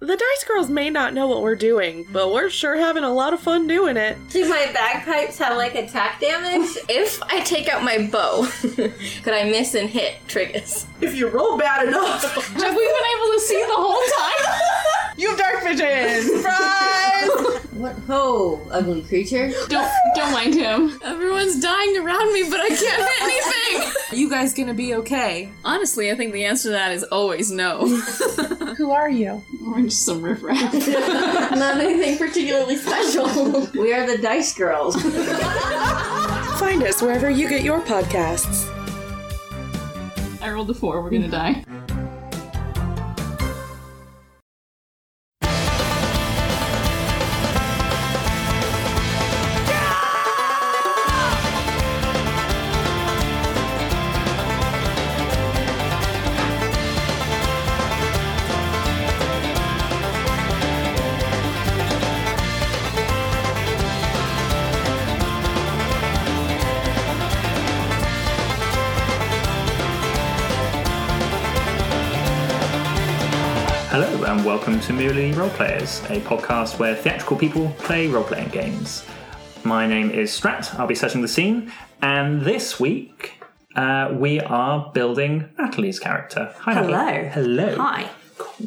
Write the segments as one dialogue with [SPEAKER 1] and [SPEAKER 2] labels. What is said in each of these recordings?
[SPEAKER 1] The Dice Girls may not know what we're doing, but we're sure having a lot of fun doing it.
[SPEAKER 2] Do my bagpipes have like attack damage? if I take out my bow, could I miss and hit Trigus?
[SPEAKER 3] If you roll bad enough,
[SPEAKER 4] Have we been able to see the whole time?
[SPEAKER 1] You have dark vision! Surprise!
[SPEAKER 2] What ho, ugly creature?
[SPEAKER 4] Don't don't mind him. Everyone's dying around me, but I can't hit anything.
[SPEAKER 3] Are you guys gonna be okay?
[SPEAKER 4] Honestly, I think the answer to that is always no.
[SPEAKER 1] Who are you?
[SPEAKER 4] We're just some riffraff.
[SPEAKER 2] Not anything particularly special. we are the Dice Girls.
[SPEAKER 1] Find us wherever you get your podcasts.
[SPEAKER 4] I rolled a four. We're gonna die.
[SPEAKER 5] Hello, and welcome to Merely Roleplayers, a podcast where theatrical people play role playing games. My name is Strat, I'll be setting the scene, and this week uh, we are building Natalie's character. Hi, Natalie.
[SPEAKER 2] Hello.
[SPEAKER 5] Hello.
[SPEAKER 2] Hi.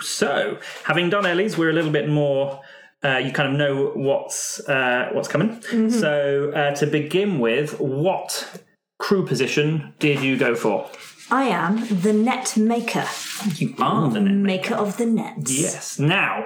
[SPEAKER 5] So, having done Ellie's, we're a little bit more. Uh, you kind of know what's uh, what's coming. So uh, to begin with, what crew position did you go for?
[SPEAKER 6] I am the net maker,
[SPEAKER 5] You are the net
[SPEAKER 6] maker of the nets.
[SPEAKER 5] Yes. Now,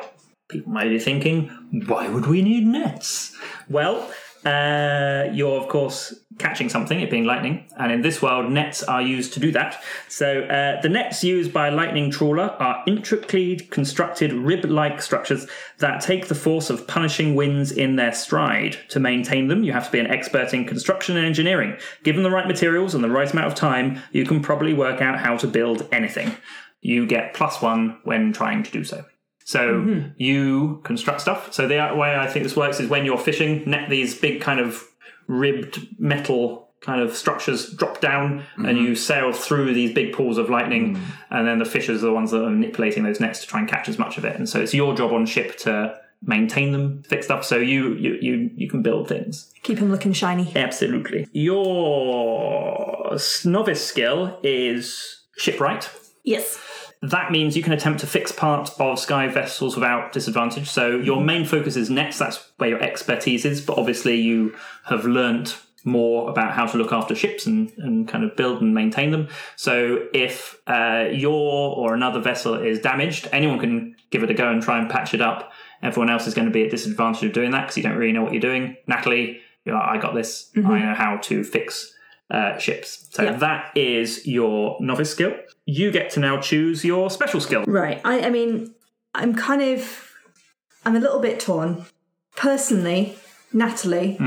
[SPEAKER 5] people may be thinking, why would we need nets? Well, uh, you're of course catching something, it being lightning, and in this world, nets are used to do that. So uh, the nets used by lightning trawler are intricately constructed rib-like structures that take the force of punishing winds in their stride. To maintain them, you have to be an expert in construction and engineering. Given the right materials and the right amount of time, you can probably work out how to build anything you get plus one when trying to do so. So you construct stuff. So the way I think this works is when you're fishing, net these big kind of ribbed metal kind of structures drop down and you sail through these big pools of lightning and then the fishers are the ones that are manipulating those nets to try and catch as much of it. And so it's your job on ship to maintain them, fix stuff so you you you, you can build things.
[SPEAKER 6] Keep him looking shiny.
[SPEAKER 5] Absolutely. Your s- novice skill is shipwright.
[SPEAKER 6] Yes.
[SPEAKER 5] That means you can attempt to fix part of sky vessels without disadvantage. So your main focus is nets. That's where your expertise is. But obviously, you have learnt more about how to look after ships and, and kind of build and maintain them. So if uh, your or another vessel is damaged, anyone can give it a go and try and patch it up. Everyone else is going to be at disadvantage of doing that because you don't really know what you're doing. Natalie, you're like, I got this. I know how to fix uh, ships. So that is your novice skill. You get to now choose your special skill.
[SPEAKER 6] Right. I, I mean, I'm kind of, I'm a little bit torn. Personally, Natalie,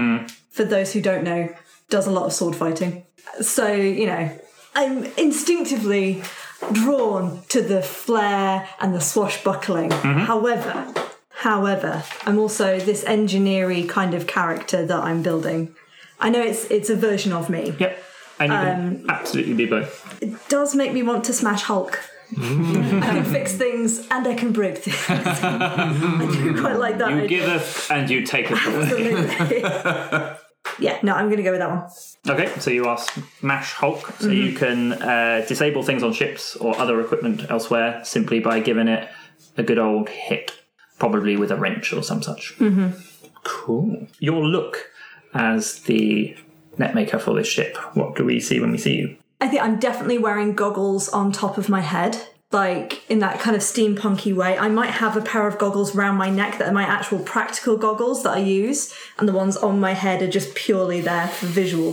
[SPEAKER 6] for those who don't know, does a lot of sword fighting. So, you know, I'm instinctively drawn to the flair and the swashbuckling. However, however, I'm also this engineering kind of character that I'm building. I know it's it's a version of me.
[SPEAKER 5] Yep. And you can absolutely be both.
[SPEAKER 6] does make me want to smash Hulk. I can fix things and I can break things. I do quite like that.
[SPEAKER 5] You
[SPEAKER 6] idea.
[SPEAKER 5] giveth and you taketh away.
[SPEAKER 6] Absolutely. yeah, no, I'm going to go with that one.
[SPEAKER 5] okay, so you are Smash Hulk. So you can uh, disable things on ships or other equipment elsewhere simply by giving it a good old hit, probably with a wrench or some such. Mm-hmm. Cool. Your look as the netmaker for this ship. What do we see when we see you?
[SPEAKER 6] I think I'm definitely wearing goggles on top of my head, like in that kind of steampunky way. I might have a pair of goggles round my neck that are my actual practical goggles that I use, and the ones on my head are just purely there for visual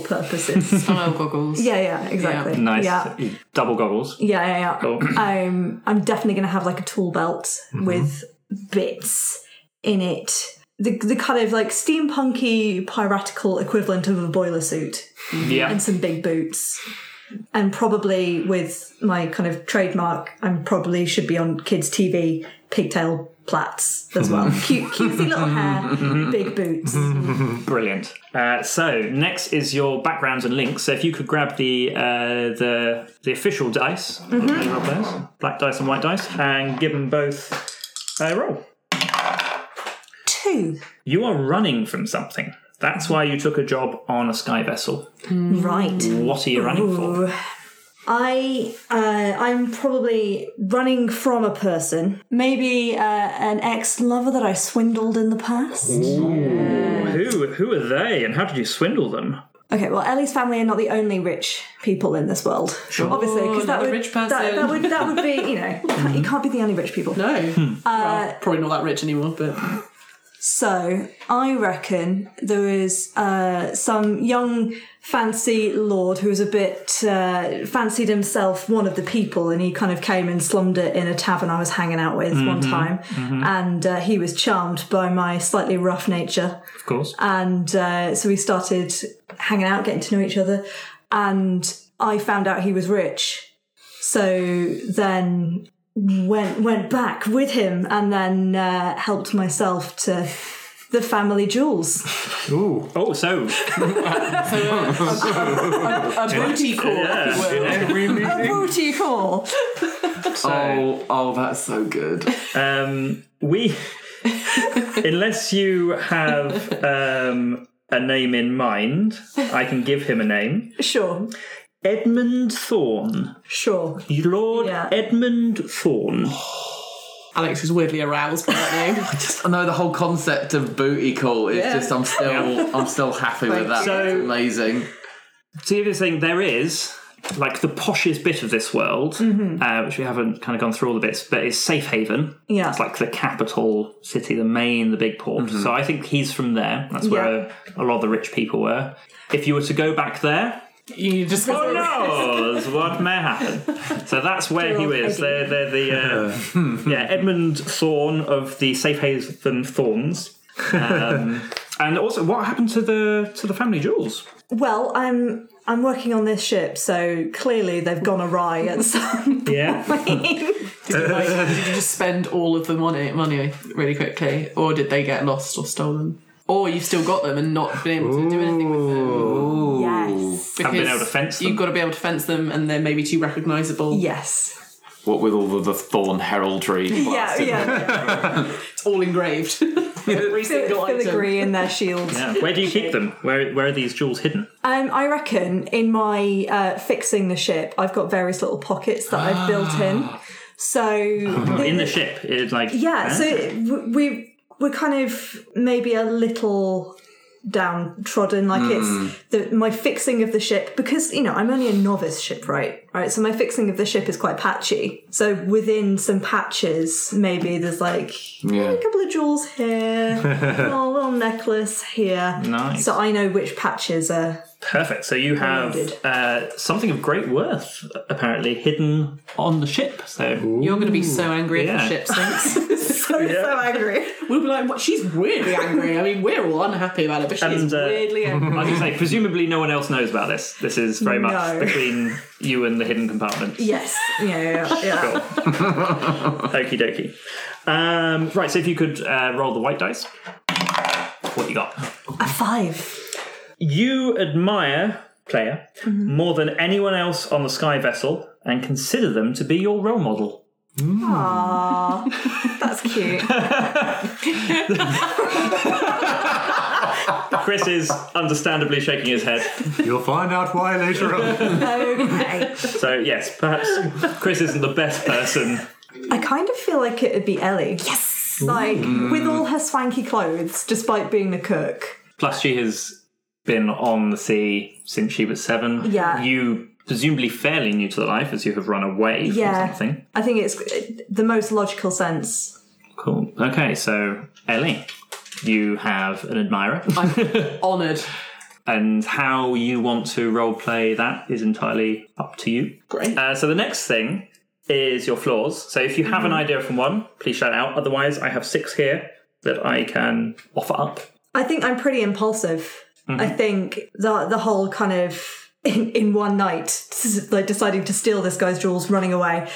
[SPEAKER 6] purposes.
[SPEAKER 4] Hello, goggles.
[SPEAKER 6] yeah, yeah, exactly.
[SPEAKER 5] Nice.
[SPEAKER 6] Yeah.
[SPEAKER 5] Double goggles.
[SPEAKER 6] Yeah, yeah, yeah.
[SPEAKER 5] Cool.
[SPEAKER 6] Um, I'm definitely going to have like a tool belt with bits in it. The, the kind of like steampunky piratical equivalent of a boiler suit
[SPEAKER 5] Yeah.
[SPEAKER 6] and some big boots. And probably with my kind of trademark, I'm probably should be on kids' TV pigtail plaits as well. Cute, cutesy little hair, big boots.
[SPEAKER 5] Brilliant. Uh, so next is your backgrounds and links. So if you could grab the uh, Mm-hmm. the the official dice, of the role players, black dice and white dice, and give them both Uh, roll.
[SPEAKER 6] Two.
[SPEAKER 5] You are running from something. That's why you took a job on a sky vessel.
[SPEAKER 6] Right.
[SPEAKER 5] What are you running for?
[SPEAKER 6] I uh, I'm probably running from a person. Maybe uh, an ex-lover that I swindled in the past.
[SPEAKER 5] Who who are they and how did you swindle them?
[SPEAKER 6] Okay, well, Ellie's family are not the only rich people in this world, obviously, because that
[SPEAKER 3] another
[SPEAKER 6] would
[SPEAKER 3] rich
[SPEAKER 6] that,
[SPEAKER 3] person.
[SPEAKER 6] that would that would be you know you can't, you can't be the only rich people.
[SPEAKER 3] No.
[SPEAKER 5] Hmm.
[SPEAKER 7] Uh,
[SPEAKER 3] well, probably not that rich anymore, but
[SPEAKER 6] So I reckon there was uh, some young fancy lord who was a bit uh, fancied himself one of the people, and he kind of came and slummed it in a tavern I was hanging out with one time, and uh, he was charmed by my slightly rough nature.
[SPEAKER 5] Of course.
[SPEAKER 6] and uh, so we started hanging out, getting to know each other, and I found out he was rich. So then went went back with him, and then uh, helped myself to the family jewels.
[SPEAKER 5] Ooh. Oh, so
[SPEAKER 3] a booty call.
[SPEAKER 5] yeah. you know.
[SPEAKER 7] Every meeting.
[SPEAKER 6] Booty call.
[SPEAKER 7] Oh, oh, that's so good.
[SPEAKER 5] Um, we, unless you have um, a name in mind, I can give him a name.
[SPEAKER 6] Sure,
[SPEAKER 5] Edmund Thorne,
[SPEAKER 6] sure.
[SPEAKER 5] Lord
[SPEAKER 6] Yeah.
[SPEAKER 5] Edmund Thorne.
[SPEAKER 3] Alex is weirdly aroused by that name.
[SPEAKER 7] I know the whole concept of booty call is just I'm still I'm still happy with that.
[SPEAKER 5] So-
[SPEAKER 7] That's amazing.
[SPEAKER 5] So you're saying there is like the poshest bit of this world, uh, which we haven't kind of gone through all the bits, but is Safe Haven.
[SPEAKER 6] Yeah.
[SPEAKER 5] it's like the capital city, the main, the big port.
[SPEAKER 3] Mm-hmm.
[SPEAKER 5] So I think he's from there. That's where a, lot of the rich people were. If you were to go back there,
[SPEAKER 3] You just
[SPEAKER 5] Who knows what may happen? So that's where he is. They're, they're the uh, yeah Edmund Thorne of the Safe Haven Thorns. Um, and also, what happened to the to the family jewels?
[SPEAKER 6] Well, I'm I'm working on this ship, so clearly they've gone awry at some
[SPEAKER 5] Yeah,
[SPEAKER 6] point.
[SPEAKER 3] like, did you just spend all of the money money really quickly, or did they get lost or stolen? Or you've still got them and not been able to do anything with them.
[SPEAKER 6] yes,
[SPEAKER 5] Haven't been able to fence them.
[SPEAKER 3] You've got to be able to fence them, and they're maybe too recognisable.
[SPEAKER 6] yes,
[SPEAKER 7] What with all of the thorn heraldry.
[SPEAKER 6] yeah, yeah.
[SPEAKER 3] It's all engraved. Every single item.
[SPEAKER 6] Filigree in their shields.
[SPEAKER 5] yeah. Where do you keep them? Where where are these jewels hidden?
[SPEAKER 6] Um, I reckon in my uh, fixing the ship, I've got various little pockets that I've built in. So
[SPEAKER 5] Ah. In the ship, it's like
[SPEAKER 6] yeah, so
[SPEAKER 5] eh?
[SPEAKER 6] w- we we're kind of maybe a little downtrodden. Like
[SPEAKER 5] Hmm.
[SPEAKER 6] it's the, my fixing of the ship because you know I'm only a novice shipwright, right? So my fixing of the ship is quite patchy. So within some patches, maybe there's like
[SPEAKER 7] Yeah.
[SPEAKER 6] a couple of jewels here, a little, little necklace here.
[SPEAKER 5] Nice.
[SPEAKER 6] So I know which patches are
[SPEAKER 5] perfect. So you have
[SPEAKER 6] Loaded.
[SPEAKER 5] uh, something of great worth apparently hidden on the ship. So
[SPEAKER 3] You're going to be so angry
[SPEAKER 5] Yeah.
[SPEAKER 3] if the ship sinks.
[SPEAKER 6] so so angry.
[SPEAKER 3] We'll be like, what? she's weirdly angry. I mean, we're all unhappy about it, but she's
[SPEAKER 5] And, uh,
[SPEAKER 3] weirdly
[SPEAKER 5] I
[SPEAKER 3] angry.
[SPEAKER 5] was gonna say, presumably no one else knows about this. This is very much
[SPEAKER 6] No.
[SPEAKER 5] between you and the hidden compartment.
[SPEAKER 6] Yes. Yeah. Yeah. yeah.
[SPEAKER 5] Okie dokie. Um, right, so if you could uh, roll the white dice. What you got?
[SPEAKER 6] A five.
[SPEAKER 5] You admire, player,
[SPEAKER 6] Mm-hmm.
[SPEAKER 5] more than anyone else on the Sky Vessel and consider them to be your role model.
[SPEAKER 6] That's cute.
[SPEAKER 5] Chris is understandably shaking his head.
[SPEAKER 8] You'll find out why later on.
[SPEAKER 6] okay.
[SPEAKER 5] So, yes, perhaps Chris isn't the best person.
[SPEAKER 6] I kind of feel like it would be Ellie. Yes. Like with all her swanky clothes, despite being the cook.
[SPEAKER 5] Plus, she has been on the sea since she was seven.
[SPEAKER 6] Yeah.
[SPEAKER 5] You presumably fairly new to the life as you have run away
[SPEAKER 6] Yeah.
[SPEAKER 5] from something.
[SPEAKER 6] I think it's the most logical sense.
[SPEAKER 5] Cool. Okay, so Ellie, you have an admirer,
[SPEAKER 3] Honoured.
[SPEAKER 5] and how you want to roleplay that is entirely up to you.
[SPEAKER 3] Great.
[SPEAKER 5] Uh, so the next thing is your flaws. So if you have an idea from one, please shout out. Otherwise, I have six here that I can offer up.
[SPEAKER 6] I think I'm pretty impulsive.
[SPEAKER 5] Mm-hmm.
[SPEAKER 6] I think the the whole kind of in, in one night, like deciding to steal this guy's jewels, running away.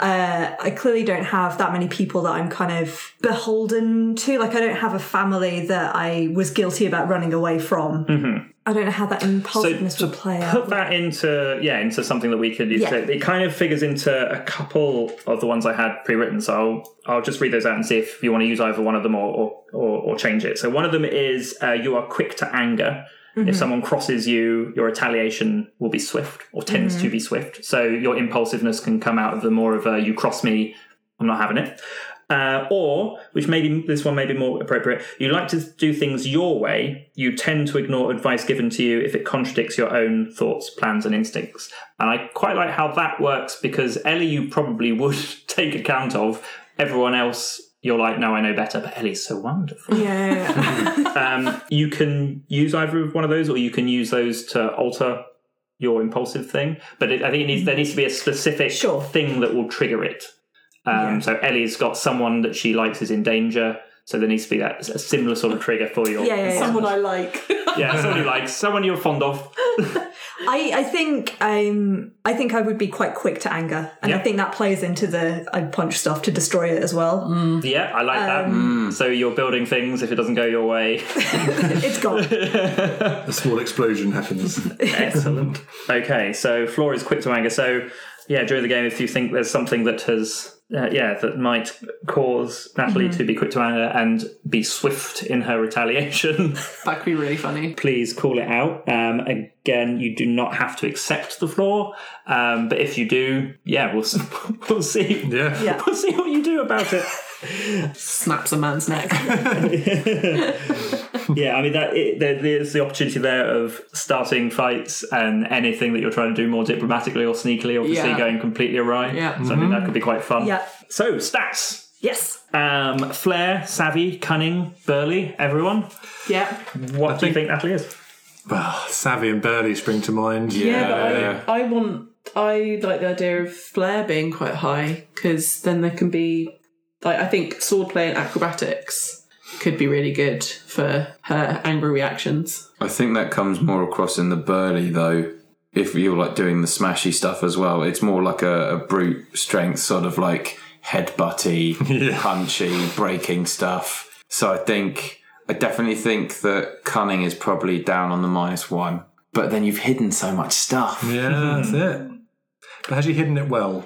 [SPEAKER 6] uh, I clearly don't have that many people that I'm kind of beholden to. Like, I don't have a family that I was guilty about running away from. I don't know how that
[SPEAKER 5] Mm-hmm. So
[SPEAKER 6] impulsiveness
[SPEAKER 5] to
[SPEAKER 6] would play
[SPEAKER 5] put
[SPEAKER 6] out.
[SPEAKER 5] that into yeah into something that we could use.
[SPEAKER 6] Yeah.
[SPEAKER 5] So it kind of figures into a couple of the ones I had pre-written. So I'll I'll just read those out and see if you want to use either one of them or or, or, or change it. So one of them is uh, you are quick to anger.
[SPEAKER 6] Mm-hmm.
[SPEAKER 5] If someone crosses you, your retaliation will be swift or tends
[SPEAKER 6] Mm-hmm.
[SPEAKER 5] to be swift. So your impulsiveness can come out of the more of a you cross me, I'm not having it. Uh, or, which maybe this one may be more appropriate, you like to do things your way. You tend to ignore advice given to you if it contradicts your own thoughts, plans, and instincts. And I quite like how that works because Ellie, you probably would take account of. Everyone else, you're like, no, I know better, but Ellie's so wonderful.
[SPEAKER 6] Yeah, yeah, yeah.
[SPEAKER 5] um, you can use either of one of those, or you can use those to alter your impulsive thing. But it, I think it needs there needs to be a specific
[SPEAKER 6] Sure.
[SPEAKER 5] thing that will trigger it. Um, So Ellie's got someone that she likes is in danger. So there needs to be that a similar sort of trigger for your
[SPEAKER 6] Yeah, yeah, yeah.
[SPEAKER 3] Someone I like.
[SPEAKER 5] Yeah, someone you like, someone you're fond of.
[SPEAKER 6] I, I think um, I think I would be quite quick to anger, and I
[SPEAKER 5] Yeah.
[SPEAKER 6] think that plays into the I'd punch stuff to destroy it as well.
[SPEAKER 5] Yeah, I like
[SPEAKER 6] Um,
[SPEAKER 5] that. So you're building things. If it doesn't go your way, Mm.
[SPEAKER 6] It's gone.
[SPEAKER 8] A small explosion happens.
[SPEAKER 5] Excellent. okay, so Flora is quick to anger. So, yeah, during the game, if you think there's something that has, uh, yeah, that might cause Natalie to be quick to anger and be swift in her retaliation,
[SPEAKER 3] That could be really funny.
[SPEAKER 5] please call it out. Um, again, you do not have to accept the flaw, um, but if you do, yeah, we'll s- we'll see.
[SPEAKER 8] Yeah.
[SPEAKER 6] Yeah.
[SPEAKER 5] We'll see what you do about it.
[SPEAKER 3] Snaps a man's neck.
[SPEAKER 5] Yeah, I mean that it, there, there's the opportunity there of starting fights and anything that you're trying to do more diplomatically or sneakily, obviously
[SPEAKER 3] Yeah.
[SPEAKER 5] going completely awry.
[SPEAKER 3] Yeah.
[SPEAKER 5] so I think that could be quite fun.
[SPEAKER 6] Yeah.
[SPEAKER 5] So stats:
[SPEAKER 6] Yes.
[SPEAKER 5] um, flair, savvy, cunning, burly. Everyone,
[SPEAKER 3] yeah.
[SPEAKER 5] what do you think Natalie is?
[SPEAKER 8] Well, Savvy and Burley spring to mind.
[SPEAKER 3] Yeah, but I, I want I like the idea of flair being quite high because then there can be like I think swordplay and acrobatics could be really good for her angry reactions.
[SPEAKER 7] I think that comes more across in the burly though. If you're like doing the smashy stuff as well, it's more like a, a brute strength sort of like headbutty, punchy, breaking stuff. So I think I definitely think that cunning is probably down on the minus one. But then you've hidden so much stuff.
[SPEAKER 8] Yeah,
[SPEAKER 7] Hmm.
[SPEAKER 8] that's it. But has she hidden it well?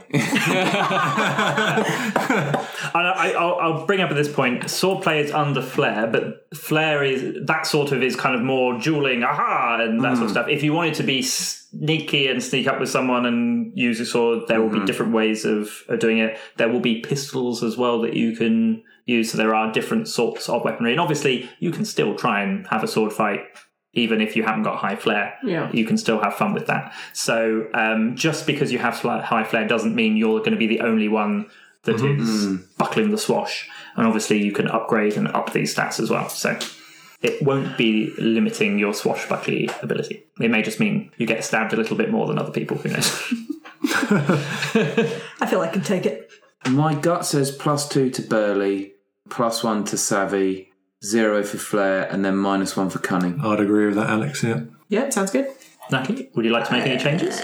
[SPEAKER 5] And I, I'll, I'll bring up at this point: swordplay is under flair, but flair is that sort of is kind of more dueling, aha, and that sort of stuff. If you wanted to be sneaky and sneak up with someone and use your sword, there will be different ways of, of doing it. There will be pistols as well that you can use. So there are different sorts of weaponry, and obviously you can still try and have a sword fight. Even if you haven't got high flair,
[SPEAKER 3] Yeah.
[SPEAKER 5] you can still have fun with that. So um, just because you have sli- high flair doesn't mean you're going to be the only one that is buckling the swash. And obviously, you can upgrade and up these stats as well. So it won't be limiting your swashbuckly ability. It may just mean you get stabbed a little bit more than other people. Who knows?
[SPEAKER 6] I feel I can take it.
[SPEAKER 7] My gut says plus two to burly, plus one to savvy, zero for flair, and then minus one for cunning.
[SPEAKER 8] I'd agree with that, Alex. Yeah.
[SPEAKER 3] Yeah, sounds good.
[SPEAKER 5] Natalie, would you like to make any changes?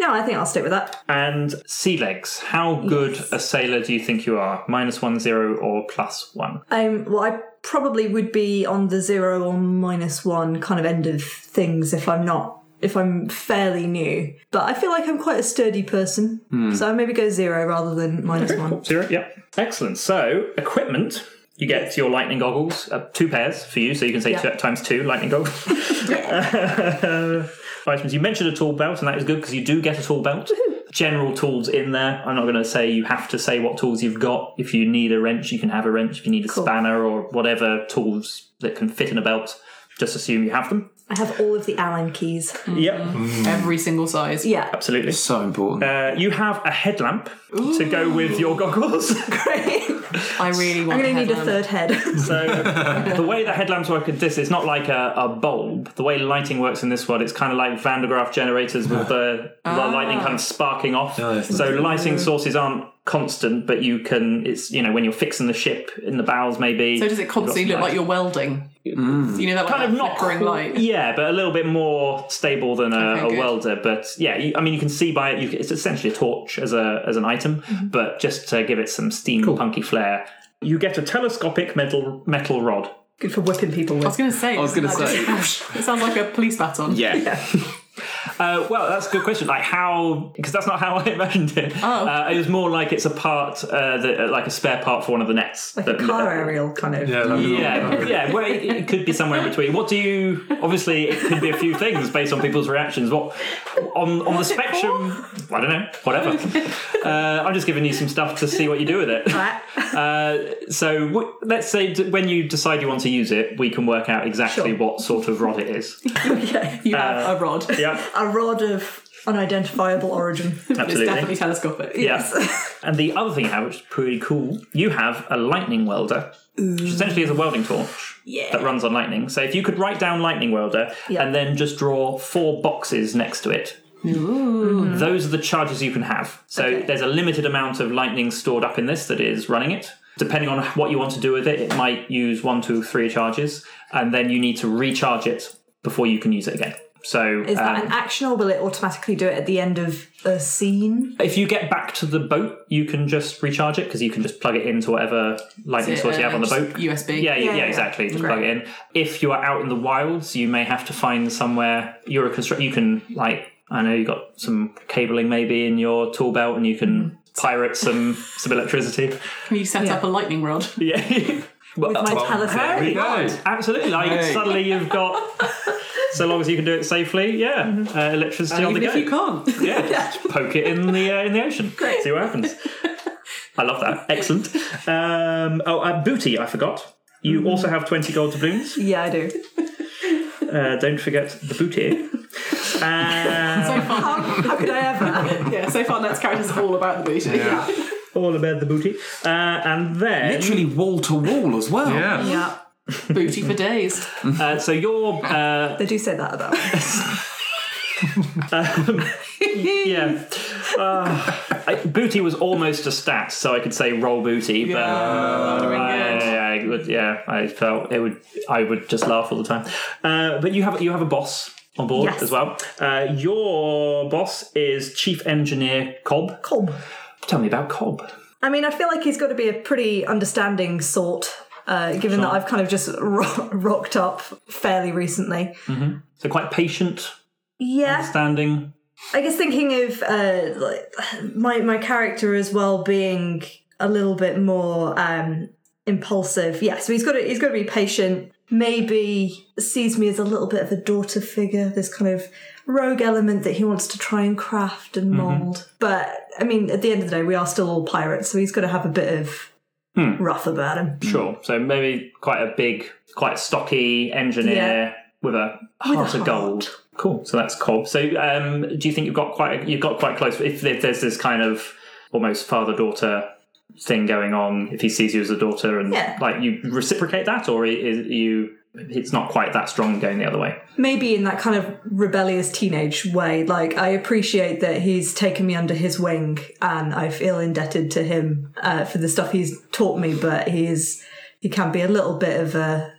[SPEAKER 6] No, I think I'll stick with that.
[SPEAKER 5] And sea legs. How good a sailor do you think you are? Minus one, zero, or plus one?
[SPEAKER 6] Um, well, I probably would be on the zero or minus one kind of end of things if I'm not if I'm fairly new. But I feel like I'm quite a sturdy person, so I maybe go zero rather than minus one.
[SPEAKER 5] Zero. Yep. Excellent. So equipment. You get your lightning goggles, uh, two pairs for you, so you can say two, times two lightning goggles. Items. You mentioned a tool belt, and that is good because you do get a tool belt. General tools in there. I'm not going to say you have to say what tools you've got. If you need a wrench, you can have a wrench. If you need a spanner or whatever tools that can fit in a belt, just assume you have them.
[SPEAKER 6] I have all of the Allen keys.
[SPEAKER 5] Yep,
[SPEAKER 3] Every single size.
[SPEAKER 6] Yeah,
[SPEAKER 5] absolutely.
[SPEAKER 7] So important.
[SPEAKER 5] Uh, you have a headlamp to go with your goggles.
[SPEAKER 3] I really want.
[SPEAKER 6] I'm
[SPEAKER 3] um,
[SPEAKER 6] gonna
[SPEAKER 3] a
[SPEAKER 6] need a
[SPEAKER 3] headlamp.
[SPEAKER 6] third head.
[SPEAKER 5] So the way that headlamps work in this is not like a, a bulb. The way lighting works in this world, it's kind of like
[SPEAKER 3] Ah.
[SPEAKER 5] Van de Graaff generators with the, the lightning kind of sparking off.
[SPEAKER 8] that's
[SPEAKER 3] Mm.
[SPEAKER 5] so lighting sources aren't constant, but you can. It's you know when you're fixing the ship in the bows, maybe.
[SPEAKER 3] So does it
[SPEAKER 5] you've got
[SPEAKER 3] constantly
[SPEAKER 5] some
[SPEAKER 3] look
[SPEAKER 5] light.
[SPEAKER 3] like you're welding?
[SPEAKER 5] Hmm.
[SPEAKER 3] You know that like
[SPEAKER 5] kind of not
[SPEAKER 3] flickering
[SPEAKER 5] qu-
[SPEAKER 3] light.
[SPEAKER 5] Yeah, but a little bit more stable than a,
[SPEAKER 3] Okay,
[SPEAKER 5] a
[SPEAKER 3] good.
[SPEAKER 5] welder. But yeah, you, I mean, you can see by it, you, it's essentially a torch as a as an item,
[SPEAKER 3] Mm-hmm.
[SPEAKER 5] but just to give it some steam punky flair, you get a telescopic metal metal rod.
[SPEAKER 6] Good for whipping people
[SPEAKER 3] I
[SPEAKER 6] with.
[SPEAKER 3] was going to say.
[SPEAKER 7] I was going to say,
[SPEAKER 3] It sounds like a police baton.
[SPEAKER 7] yeah.
[SPEAKER 5] Uh, well, that's a good question. Like how? Because that's not how I imagined it.
[SPEAKER 3] Oh.
[SPEAKER 5] Uh, it was more like it's a part, uh, that, uh, like a spare part for one of the nets.
[SPEAKER 6] Like a
[SPEAKER 5] That-
[SPEAKER 6] car aerial kind of.
[SPEAKER 8] Yeah, that was all
[SPEAKER 5] Yeah,
[SPEAKER 8] right.
[SPEAKER 5] yeah. Well, it, it could be somewhere in between. What do you? Obviously, it could be a few things based on people's reactions. What on on the spectrum? I don't know. Whatever. Uh, I'm just giving you some stuff to see what you do with it. Uh, so w- let's say d- when you decide you want to use it, we can work out exactly
[SPEAKER 6] Sure.
[SPEAKER 5] what sort of rod it is.
[SPEAKER 3] You have a rod.
[SPEAKER 5] Yeah,
[SPEAKER 6] A rod of unidentifiable origin.
[SPEAKER 3] It's definitely
[SPEAKER 5] absolutely.
[SPEAKER 3] telescopic.
[SPEAKER 5] Yeah. And the other thing you have, which is pretty cool, you have a lightning welder, which essentially is a welding torch that runs on lightning. So if you could write down lightning welder and then just draw four boxes next to it, those are the charges you can have. So there's a limited amount of lightning stored up in this that is running it. Depending on what you want to do with it, it might use one, two, three charges, and then you need to recharge it before you can use it again. So
[SPEAKER 6] Is
[SPEAKER 5] um,
[SPEAKER 6] that an action or will it automatically do it at the end of a scene?
[SPEAKER 5] If you get back to the boat, you can just recharge it because you can just plug it into whatever lightning source you have on
[SPEAKER 3] uh,
[SPEAKER 5] the boat.
[SPEAKER 3] Um, USB.
[SPEAKER 5] yeah, yeah,
[SPEAKER 6] Yeah,
[SPEAKER 5] yeah,
[SPEAKER 6] yeah.
[SPEAKER 5] exactly. Just plug it in. If you are out in the wilds, you may have to find somewhere you're a construct. You can like I know you got some cabling maybe in your tool belt, and you can pirate some some electricity.
[SPEAKER 3] Can you set up a lightning rod?
[SPEAKER 5] Yeah, Well,
[SPEAKER 6] With my telescope.
[SPEAKER 8] There we go.
[SPEAKER 5] absolutely. Like
[SPEAKER 7] Hey.
[SPEAKER 5] suddenly you've got. So long as you can do it safely, yeah,
[SPEAKER 6] Mm-hmm.
[SPEAKER 5] uh, electricity on the
[SPEAKER 3] Even
[SPEAKER 5] go.
[SPEAKER 3] if you can't.
[SPEAKER 5] Yeah, just poke it in the uh, in the ocean. See what happens. I love that. Excellent. Um, oh, uh, booty. I forgot. You also have twenty gold doubloons.
[SPEAKER 6] Yeah, I do.
[SPEAKER 5] Uh, don't forget the booty. Uh,
[SPEAKER 6] How, how could I ever?
[SPEAKER 3] Yeah, so far Nat's character's all about the booty.
[SPEAKER 8] Yeah.
[SPEAKER 5] all about the booty. Uh, and then,
[SPEAKER 7] Literally wall to wall as well.
[SPEAKER 8] Yeah.
[SPEAKER 6] yeah,
[SPEAKER 3] Booty for days.
[SPEAKER 5] uh, so your uh,
[SPEAKER 6] they do say that about. me.
[SPEAKER 5] yeah, uh, I, booty was almost a stat, so I could say roll booty, but. Yeah, I would, yeah, I felt it would. I would just laugh all the time. Uh, but you have you have a boss on board
[SPEAKER 6] Yes.
[SPEAKER 5] as well. Uh, your boss is Chief Engineer Cobb.
[SPEAKER 6] Cobb.
[SPEAKER 5] Tell me about Cobb.
[SPEAKER 6] I mean, I feel like he's got to be a pretty understanding sort, uh, given that I've kind of just ro- rocked up fairly recently.
[SPEAKER 5] So quite patient,
[SPEAKER 6] Yeah,
[SPEAKER 5] standing.
[SPEAKER 6] I guess thinking of uh, like my my character as well being a little bit more um, impulsive. Yeah, so he's got to he's got to be patient. Maybe sees me as a little bit of a daughter figure, this kind of rogue element that he wants to try and craft and mold. But I mean, at the end of the day, we are still all pirates, so he's got to have a bit of rough about him.
[SPEAKER 5] Sure. So maybe quite a big, quite stocky engineer
[SPEAKER 6] Yeah.
[SPEAKER 5] Oh, with a heart of gold. Cool. So that's Cobb. So um, do you think you've got quite you've got quite close? If, if there's this kind of almost father daughter thing going on, if he sees you as a daughter, and
[SPEAKER 6] Yeah.
[SPEAKER 5] like you reciprocate that, or is you it's not quite that strong going the other way.
[SPEAKER 6] maybe in that kind of rebellious teenage way. Like, I appreciate that he's taken me under his wing and I feel indebted to him uh, for the stuff he's taught me, but he's, he can be a little bit of a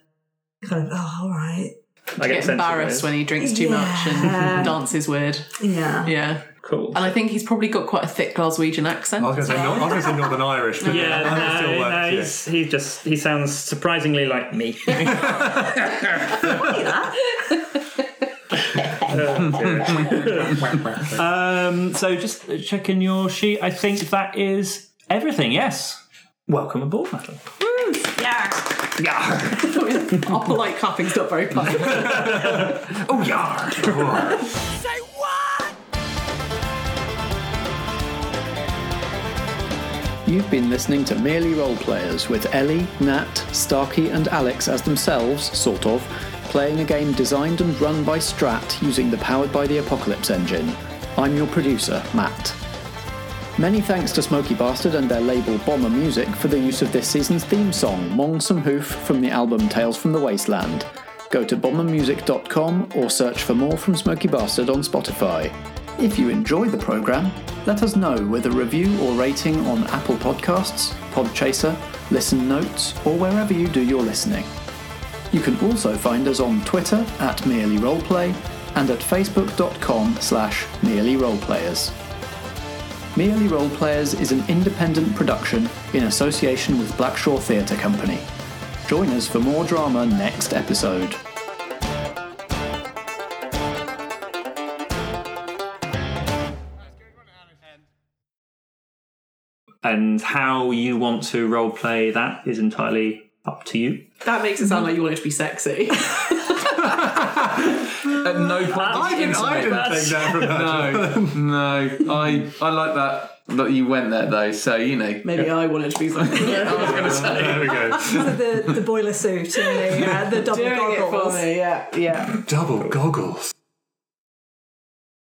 [SPEAKER 6] kind of, oh, all right.
[SPEAKER 5] I
[SPEAKER 3] Get
[SPEAKER 5] sense of
[SPEAKER 3] embarrassed
[SPEAKER 5] those.
[SPEAKER 3] when he drinks too much
[SPEAKER 6] Yeah.
[SPEAKER 3] and dances weird.
[SPEAKER 6] Yeah.
[SPEAKER 3] Yeah.
[SPEAKER 5] cool.
[SPEAKER 3] And I think he's probably got quite a thick Glaswegian accent.
[SPEAKER 8] I was going to say, Nor- I was going to say Northern Irish, but
[SPEAKER 5] Yeah,
[SPEAKER 8] that
[SPEAKER 5] no,
[SPEAKER 8] still
[SPEAKER 5] no,
[SPEAKER 8] works, yeah.
[SPEAKER 5] he's, he just he sounds surprisingly like me. um, so just checking your sheet. I think that is everything. Yes. Welcome aboard, Madeline. Yar.
[SPEAKER 3] Our polite clapping's not very polite.
[SPEAKER 5] Oh, yar.
[SPEAKER 9] You've been listening to Merely Roleplayers with Ellie, Nat, Starkey, and Alex as themselves, sort of, playing a game designed and run by Strat using the Powered by the Apocalypse engine. I'm your producer, Matt. Many thanks to Smoky Bastard and their label Bomber Music for the use of this season's theme song, Mongsome Hoof, from the album Tales from the Wasteland. Go to bombermusic.com or search for more from Smoky Bastard on Spotify. If you enjoy the programme,
[SPEAKER 3] Let us know with a review or rating on Apple Podcasts, Podchaser, Listen Notes, or wherever you do your listening. You can also find us on Twitter at Merely Roleplay and at facebook.com slash merely roleplayers. Merely Roleplayers is an independent production in association with Blackshaw Theatre Company. Join us for more drama next episode.
[SPEAKER 5] And how you want to role play that is entirely up to you.
[SPEAKER 10] That makes it sound like you want it to be sexy.
[SPEAKER 7] At no point.
[SPEAKER 8] I didn't, I didn't
[SPEAKER 5] That's-
[SPEAKER 8] take that from that.
[SPEAKER 7] no, no. I I like that that you went there though. So you know,
[SPEAKER 10] Maybe I want it to be something.
[SPEAKER 8] There we go.
[SPEAKER 6] the, the boiler suit and the, uh, the double
[SPEAKER 10] Doing it for
[SPEAKER 6] goggles.
[SPEAKER 10] me, yeah, yeah.
[SPEAKER 8] Double goggles.